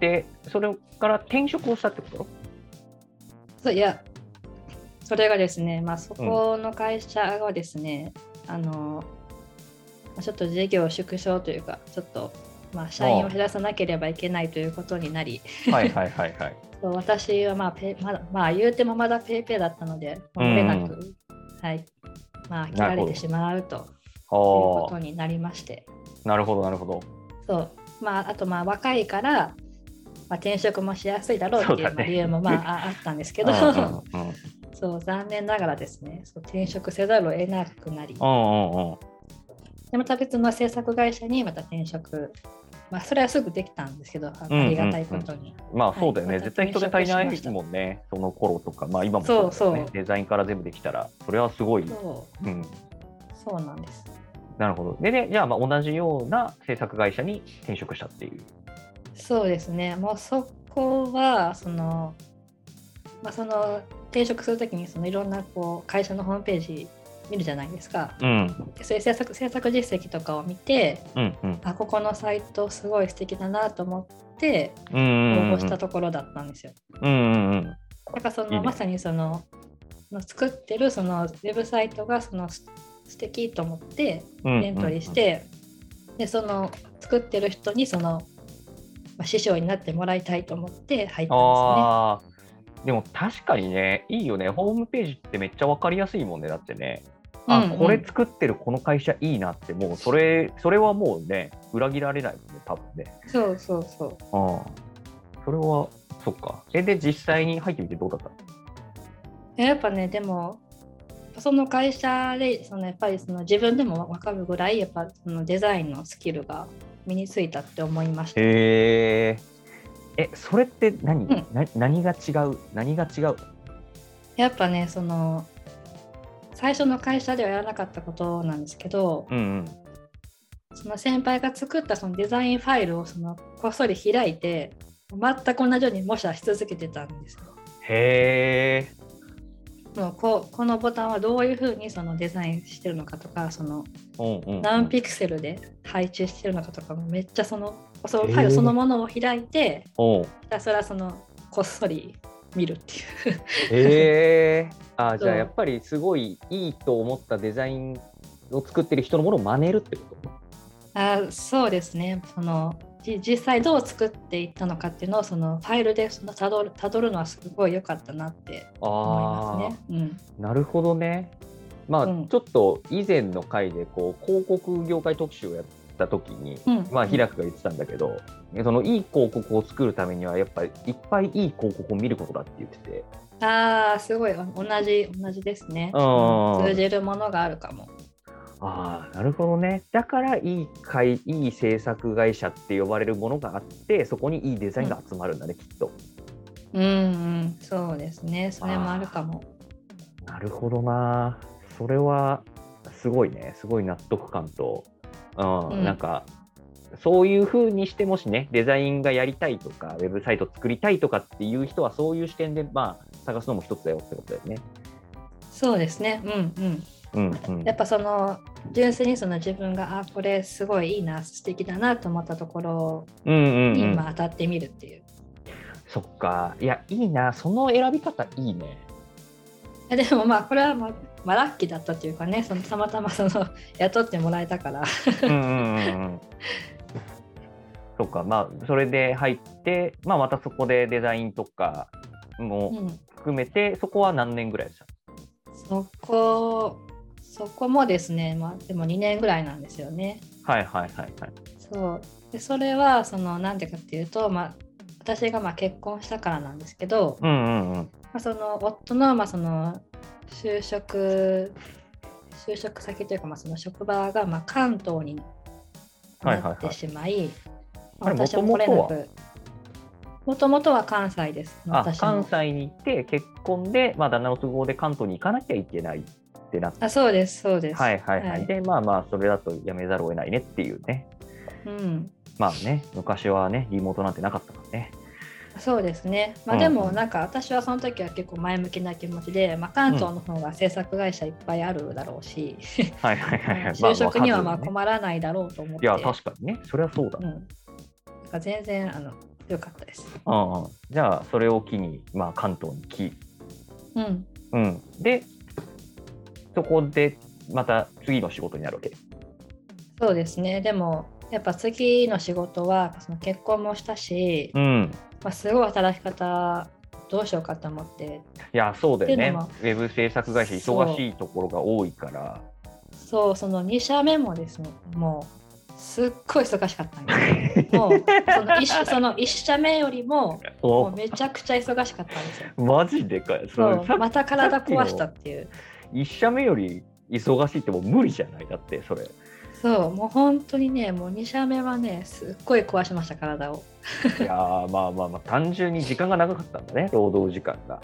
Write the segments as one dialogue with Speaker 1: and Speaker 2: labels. Speaker 1: て、それから転職をしたってこと
Speaker 2: そういや、それがですね、まあ、そこの会社がですね、あの、まあちょっと事業縮小というか、ちょっと、まあ、社員を減らさなければいけないということになり、
Speaker 1: はいはいはい はい。
Speaker 2: そう私はまあペイまだ、まあ、言うてもまだペイペイだったので、まあ
Speaker 1: うん
Speaker 2: 売れなく、はい、まあ、切られてしまうというこ
Speaker 1: あ
Speaker 2: とになりまして、
Speaker 1: あ、なるほどなるほど。
Speaker 2: そう、まあ、あとまあ若いから、まあ、転職もしやすいだろうって
Speaker 1: そう
Speaker 2: い
Speaker 1: だ
Speaker 2: う
Speaker 1: ね
Speaker 2: まあ理由もまあああったんですけど、
Speaker 1: うん うんうん
Speaker 2: そう残念ながらですねそう転職せざるを得なくなり
Speaker 1: うんうんうん。
Speaker 2: でまた別の制作会社にまた転職、まあ、それはすぐできたんですけどああ
Speaker 1: うんうん
Speaker 2: りがたいことに、
Speaker 1: まあそうだよね、
Speaker 2: はい
Speaker 1: 絶対人手足りないもんね、その頃とか、まあ今もだけど
Speaker 2: そうそう
Speaker 1: デザインから全部できたら、それはすごい。
Speaker 2: そう
Speaker 1: うん、
Speaker 2: そうなんです
Speaker 1: なるほど。で、でじゃあまあ同じような制作会社に転職したっていう。
Speaker 2: そうですねもうそこはその,、まあ、その転職するときにそのいろんなこう会社のホームページ見るじゃないですか
Speaker 1: うん、
Speaker 2: でそういう制作制作実績とかを見て
Speaker 1: うん、うん。
Speaker 2: あここのサイトすごい素敵だなと思って
Speaker 1: うんう
Speaker 2: 応
Speaker 1: んうん
Speaker 2: 募したところだったんですよ。
Speaker 1: うんうんうん
Speaker 2: だからその
Speaker 1: いいね
Speaker 2: まさにそのまあ作ってるそのウェブサイトがそのす素敵と思って
Speaker 1: うん
Speaker 2: エントリーして、でその作ってる人にその、まあ、師匠になってもらいたいと思って入ったんで
Speaker 1: ああでも確かにねいいよねホームページってめっちゃ分かりやすいもんねだってねあ、
Speaker 2: うんうん
Speaker 1: これ作ってるこの会社いいなってもうそれそれはもうね裏切られないもんね多分ね
Speaker 2: すね。そうそうそう。
Speaker 1: ああそれはそっかえで実際に入ってみてどうだった
Speaker 2: えやっぱねでもその会社でそのやっぱりその自分でも分かるぐらいやっぱそのデザインのスキルが身についたって思いました。
Speaker 1: へええそれって何、
Speaker 2: うん
Speaker 1: な何が違う何が違う
Speaker 2: やっぱねその最初の会社ではやらなかったことなんですけど、
Speaker 1: うんうん
Speaker 2: その先輩が作ったそのデザインファイルをそのこっそり開いて全く同じように模写し続けてたんですよ。
Speaker 1: へえ
Speaker 2: もうこうこのボタンはどういうふうにそのデザインしてるのかとかその
Speaker 1: うんうんうん
Speaker 2: 何ピクセルで配置してるのかとかもめっちゃそのそのファイルそのものを開いて
Speaker 1: おう
Speaker 2: ひたすらそのこっそり見るっていう。
Speaker 1: へえあ
Speaker 2: そう
Speaker 1: じゃあやっぱりすごいいいと思ったデザインを作ってる人のものを真似るってこと
Speaker 2: あそうですねそのじ実際どう作っていったのかっていうのをそのファイルでそのたどるたどるのはすごい良かったなって思いますね。うん
Speaker 1: なるほどねまあ、
Speaker 2: うん
Speaker 1: ちょっと以前の回でこう広告業界特集をやった時に
Speaker 2: うん
Speaker 1: まあ平くが言ってたんだけど、そのいい広告を作るためにはやっぱりいっぱいいい広告を見ることだって言ってて
Speaker 2: ああすごいお同じ同じですね。
Speaker 1: うん
Speaker 2: 通じるものがあるかも。
Speaker 1: ああなるほどねだからいい会いい制作会社って呼ばれるものがあってそこにいいデザインが集まるんだね、きっと。
Speaker 2: うんうんそうですねそれもあるかも。
Speaker 1: なるほどな。それはすごいね。すごい納得感と、うん、
Speaker 2: うん
Speaker 1: なんかそういう風にしてもしね、デザインがやりたいとか、ウェブサイト作りたいとかっていう人はそういう視点でまあ探すのも一つだよってことだよね。
Speaker 2: そうですねうんうん。
Speaker 1: うんうん
Speaker 2: や。っぱその純粋にその自分があこれすごいいいな素敵だなと思ったところ
Speaker 1: うんうん
Speaker 2: に
Speaker 1: うん
Speaker 2: 今当たってみるっていう。
Speaker 1: そっか。いやいいな。その選び方いいね。
Speaker 2: えでもまあこれはまあ、まあラッキーだったというかねそのたまたまその 雇ってもらえたから
Speaker 1: うんうんうん うん。そっか。まあそれで入って、まあまたそこでデザインとか
Speaker 2: う
Speaker 1: も
Speaker 2: ん
Speaker 1: 含めて、そこは何年ぐらいでした。
Speaker 2: そこそこもですねまあでも2年ぐらいなんですよね
Speaker 1: はいはいはいはい。
Speaker 2: そうでそれはそのなんでかっていうとまあ私がまあ結婚したからなんですけど、ま
Speaker 1: うんうんうん。
Speaker 2: あ、その夫のまあその就職就職先というかまあその職場がまあ関東に
Speaker 1: はいはいは
Speaker 2: ないってしまい、
Speaker 1: あれ
Speaker 2: まあ私も来れな
Speaker 1: 元
Speaker 2: くもともとは関西です
Speaker 1: あ
Speaker 2: 私
Speaker 1: 関
Speaker 2: も
Speaker 1: 西に行って結婚で、まあ、旦那の都合で関東に行かなきゃいけないってなって。
Speaker 2: あそうですそうです
Speaker 1: はいはいはい、
Speaker 2: はい
Speaker 1: でまあまあそれだとやめざるを得ないねっていうね
Speaker 2: うん
Speaker 1: まあね昔はねリモートなんてなかったからね
Speaker 2: そうですね、ま
Speaker 1: う
Speaker 2: あ、
Speaker 1: ん
Speaker 2: でもなんか私はその時は結構前向きな気持ちで、まあ、関東の方が制作会社いっぱいあるだろうし、
Speaker 1: はいはいはいはい
Speaker 2: 就職にはまあ
Speaker 1: まあわかるよね
Speaker 2: 困らないだろうと思っ
Speaker 1: い
Speaker 2: て、
Speaker 1: や確かにねそれはそうだ、
Speaker 2: うん、なんか全然あの良かったです。
Speaker 1: うんうんじゃあそれを機に、まあ、関東に来、
Speaker 2: うん、
Speaker 1: うん、でそこでまた次の仕事になるわけ。
Speaker 2: そうですね。でもやっぱ次の仕事はその結婚もしたし、
Speaker 1: うん、
Speaker 2: まあ、すごい働き方どうしようかと思って
Speaker 1: いやそうだよ
Speaker 2: ってい
Speaker 1: ね
Speaker 2: うのも
Speaker 1: ウェブ制作会社忙しいところが多いから
Speaker 2: そうその2社目もですねもうすっごい忙しかった んですよもうその 1, その一社目よりももう
Speaker 1: お
Speaker 2: めちゃくちゃ忙しかったんですよ。
Speaker 1: マジでかい そ
Speaker 2: そ
Speaker 1: れさ
Speaker 2: うまた体壊したっていう
Speaker 1: 一社目より忙しいってもう無理じゃないだって それ
Speaker 2: そうもう本当にねもう2社目はねすっごい壊しました体を
Speaker 1: いやーまあまあまあ単純に時間が長かったんだね労働時間 が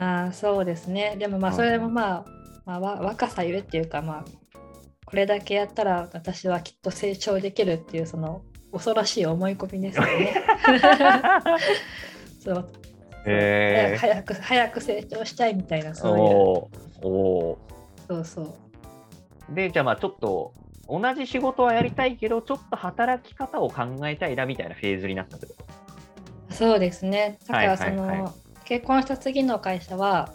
Speaker 2: あーそうですねでもまあ
Speaker 1: うん
Speaker 2: それもまあ,、まあ、わ若さゆえっていうかまあこれだけやったら私はきっと成長できるっていうその恐ろしい思い込みですよね そう
Speaker 1: へー
Speaker 2: 早く早く成長したいみたいなそういう
Speaker 1: おーお
Speaker 2: そうそう
Speaker 1: ーでじゃあまあちょっと同じ仕事はやりたいけどちょっと働き方を考えたいなみたいなフェーズになったってこと
Speaker 2: そうですねだからそ
Speaker 1: は
Speaker 2: の、
Speaker 1: いはいは
Speaker 2: 結婚した次の会社は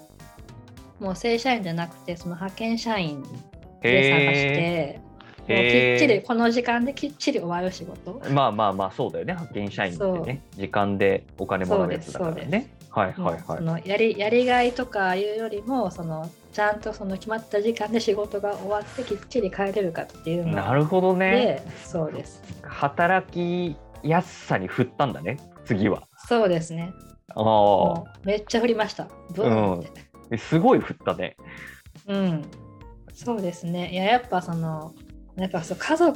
Speaker 2: もう正社員じゃなくてその派遣社員で探して、
Speaker 1: へー
Speaker 2: もうきっち
Speaker 1: へ
Speaker 2: りこの時間できっちり終わる仕事
Speaker 1: まあまあまあそうだよね派遣社員ってね時間でお金もらうやつだから
Speaker 2: そうです
Speaker 1: ねはいはい
Speaker 2: もうそ
Speaker 1: はい
Speaker 2: のやりやりがいとかいうよりもそのちゃんとその決まった時間で仕事が終わってきっちり帰れるかっていうの
Speaker 1: なるほどね
Speaker 2: でそうです
Speaker 1: 働きやすさに振ったんだね次は
Speaker 2: そうですね
Speaker 1: ああ
Speaker 2: もうめっちゃ振りましたブーンって、
Speaker 1: すごい振ったね
Speaker 2: うんそうですねいややっぱそのやっぱそう家族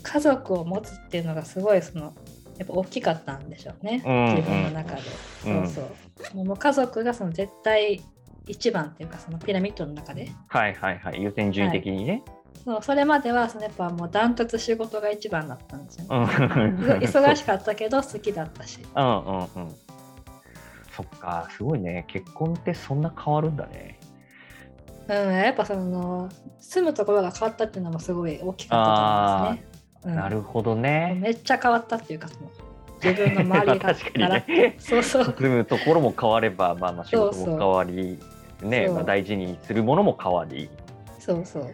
Speaker 2: 家族を持つっていうのがすごいそのやっぱ大きかったんでしょうね、
Speaker 1: うんうん
Speaker 2: 自分の中で、
Speaker 1: うん
Speaker 2: そうそうもう家族がその絶対一番っていうかそのピラミッドの中で
Speaker 1: はいはいはい優先順位的にね、
Speaker 2: そうそれまではそのやっぱもうダントツ仕事が一番だったんですよね。
Speaker 1: うん
Speaker 2: いそ忙しかったけど好きだったし。
Speaker 1: うんうんうん。そっか、すごいね。結婚ってそんな変わるんだね。
Speaker 2: うん、やっぱその住むところが変わったっていうのもすごい大きかったと思いますね。うん
Speaker 1: なるほど
Speaker 2: もう
Speaker 1: ね。
Speaker 2: めっちゃ変わったっていうかその自分の周
Speaker 1: まあ
Speaker 2: りが
Speaker 1: 確かにね。
Speaker 2: そうそう
Speaker 1: 住むところも変われば、まあ、まあ仕事も変わり、ね
Speaker 2: そう
Speaker 1: まあ、大事にするものも変わり。
Speaker 2: そうそう。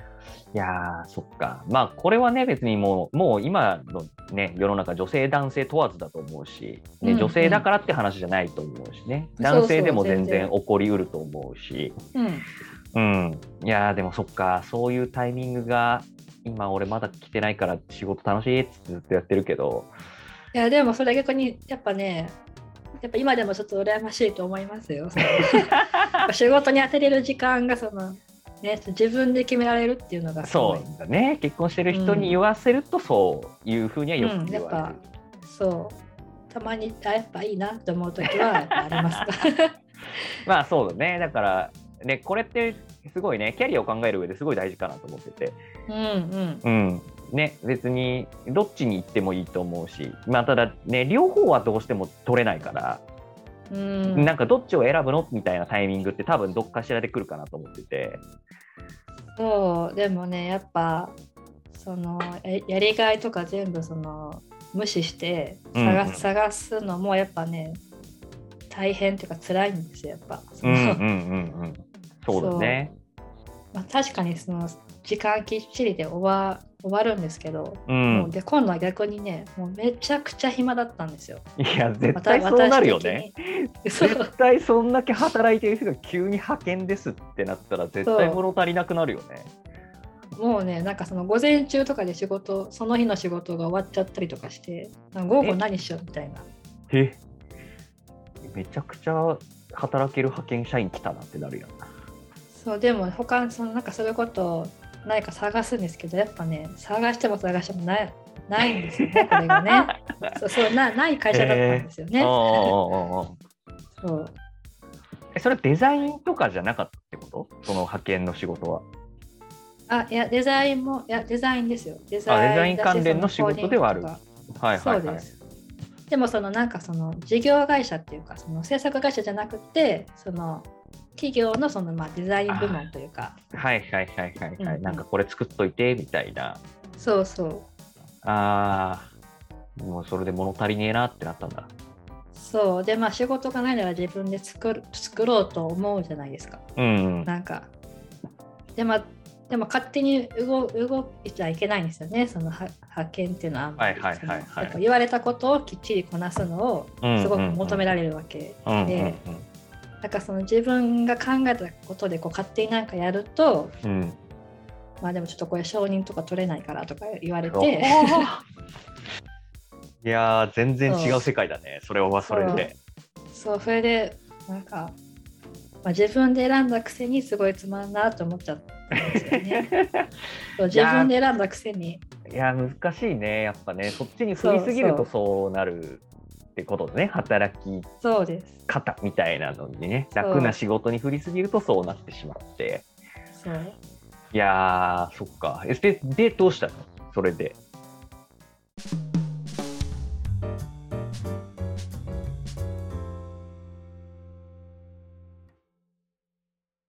Speaker 1: いやー、そっか。まあ、これはね、別にもう、もう今のね、世の中、女性、男性問わずだと思うし、ね
Speaker 2: うん
Speaker 1: 女性だからって話じゃないと思うしね、
Speaker 2: うん
Speaker 1: 男性でも
Speaker 2: そうそう
Speaker 1: 全然
Speaker 2: 全然
Speaker 1: 起こりうると思うし。
Speaker 2: うん、
Speaker 1: うん、いやーでもそっかそういうタイミングが今俺まだ来てないから仕事楽しいっつってずっとやってるけど
Speaker 2: いやでもそれ逆にやっぱねやっぱ今でもちょっと羨ましいと思いますよ。そ のやっぱ仕事に当てれる時間がその、ね、自分で決められるっていうのがすご
Speaker 1: そ
Speaker 2: いう
Speaker 1: だね結婚してる人に言わせるとそういうふうにはよく言われる、
Speaker 2: うんやっそう。たまにあやっぱいいなって思う時はやっぱあり ますか。
Speaker 1: まあそうだねだからねこれってすごいねキャリアを考える上ですごい大事かなと思ってて
Speaker 2: うんうん。
Speaker 1: うんね別にどっちに行ってもいいと思うしまあただね両方はどうしても取れないから、
Speaker 2: うん、
Speaker 1: なんかどっちを選ぶのみたいなタイミングって多分どっかしらで来るかなと思ってて
Speaker 2: そうでもねやっぱそのややりがいとか全部その無視して探
Speaker 1: うんうん
Speaker 2: す,、探すのもやっぱね大変っていうか辛いんですよやっぱ。そ
Speaker 1: うん
Speaker 2: の
Speaker 1: うんうんうん。そうだね。
Speaker 2: まあ、確かにその時間きっちりで終わ終わるんですけど、
Speaker 1: う。
Speaker 2: もうんで今度は逆にねもうめちゃくちゃ暇だったんですよ。
Speaker 1: いや、絶
Speaker 2: ま
Speaker 1: 対
Speaker 2: た
Speaker 1: そうなるよね。。
Speaker 2: 私的にそう
Speaker 1: 絶対そんだけ働いてる人が急に派遣ですってなったら、絶対
Speaker 2: そう
Speaker 1: 物足りなくなるよね。
Speaker 2: もうねなんかその午前中とかで仕事その日の仕事が終わっちゃったりとかしてなんか午後何しようみたいな
Speaker 1: えめちゃくちゃ働ける派遣社員来たなってなるやん。
Speaker 2: そうでも他そのなんかそういうことないか探すんですけどやっぱね探しても探してもないないんですよねこれ がねそうそうなない会社だったんですよね、
Speaker 1: ああああああ
Speaker 2: そう
Speaker 1: えそれデザインとかじゃなかったってことその派遣の仕事は。
Speaker 2: あいやデザインもいやデザインですよデザイン
Speaker 1: デザイン
Speaker 2: だし
Speaker 1: 関連の
Speaker 2: そコー
Speaker 1: 仕
Speaker 2: ディ
Speaker 1: 事
Speaker 2: ン
Speaker 1: で
Speaker 2: グ
Speaker 1: はある
Speaker 2: とか
Speaker 1: はいはい
Speaker 2: そう
Speaker 1: は
Speaker 2: で
Speaker 1: い。
Speaker 2: すでもそのなんかその事業会社っていうかその制作会社じゃなくてその企業のそのまあデザイン部門というか
Speaker 1: はいはいはいはいは
Speaker 2: う
Speaker 1: い。
Speaker 2: ん
Speaker 1: なんかこれ作っといてみたいな。
Speaker 2: そうそう
Speaker 1: ああ、もうそれで物足りねえなってなったんだ。
Speaker 2: そうでまあ仕事がないなら自分で作る作ろうと思うじゃないですか
Speaker 1: うん
Speaker 2: なんかでまあでも勝手に動動いちゃいけないんですよねそのは派遣っていうのはあんまり
Speaker 1: はいはいはいはい
Speaker 2: そのやっぱ言われたことをきっちりこなすのをすごく求められるわけ、
Speaker 1: うんうん
Speaker 2: でなんかその自分が考えたことでこう勝手になんかやると
Speaker 1: うんう ん
Speaker 2: まあでもちょっとこれ承認とか取れないからとか言われ
Speaker 1: お
Speaker 2: て
Speaker 1: ーいやー全然違う世界だねそれはそれで
Speaker 2: そうそれでなんか、まあ、自分で選んだくせにすごいつまんなと思っちゃったんですよねそう自分で選んだくせに
Speaker 1: いやー難しいねやっぱねそっちに振りすぎるとそうなるってことね働き
Speaker 2: そうです
Speaker 1: 方みたいなのにね
Speaker 2: そう
Speaker 1: 楽な仕事に振りすぎるとそうなってしまって
Speaker 2: そう
Speaker 1: いやーそっかえででどうしたのそれで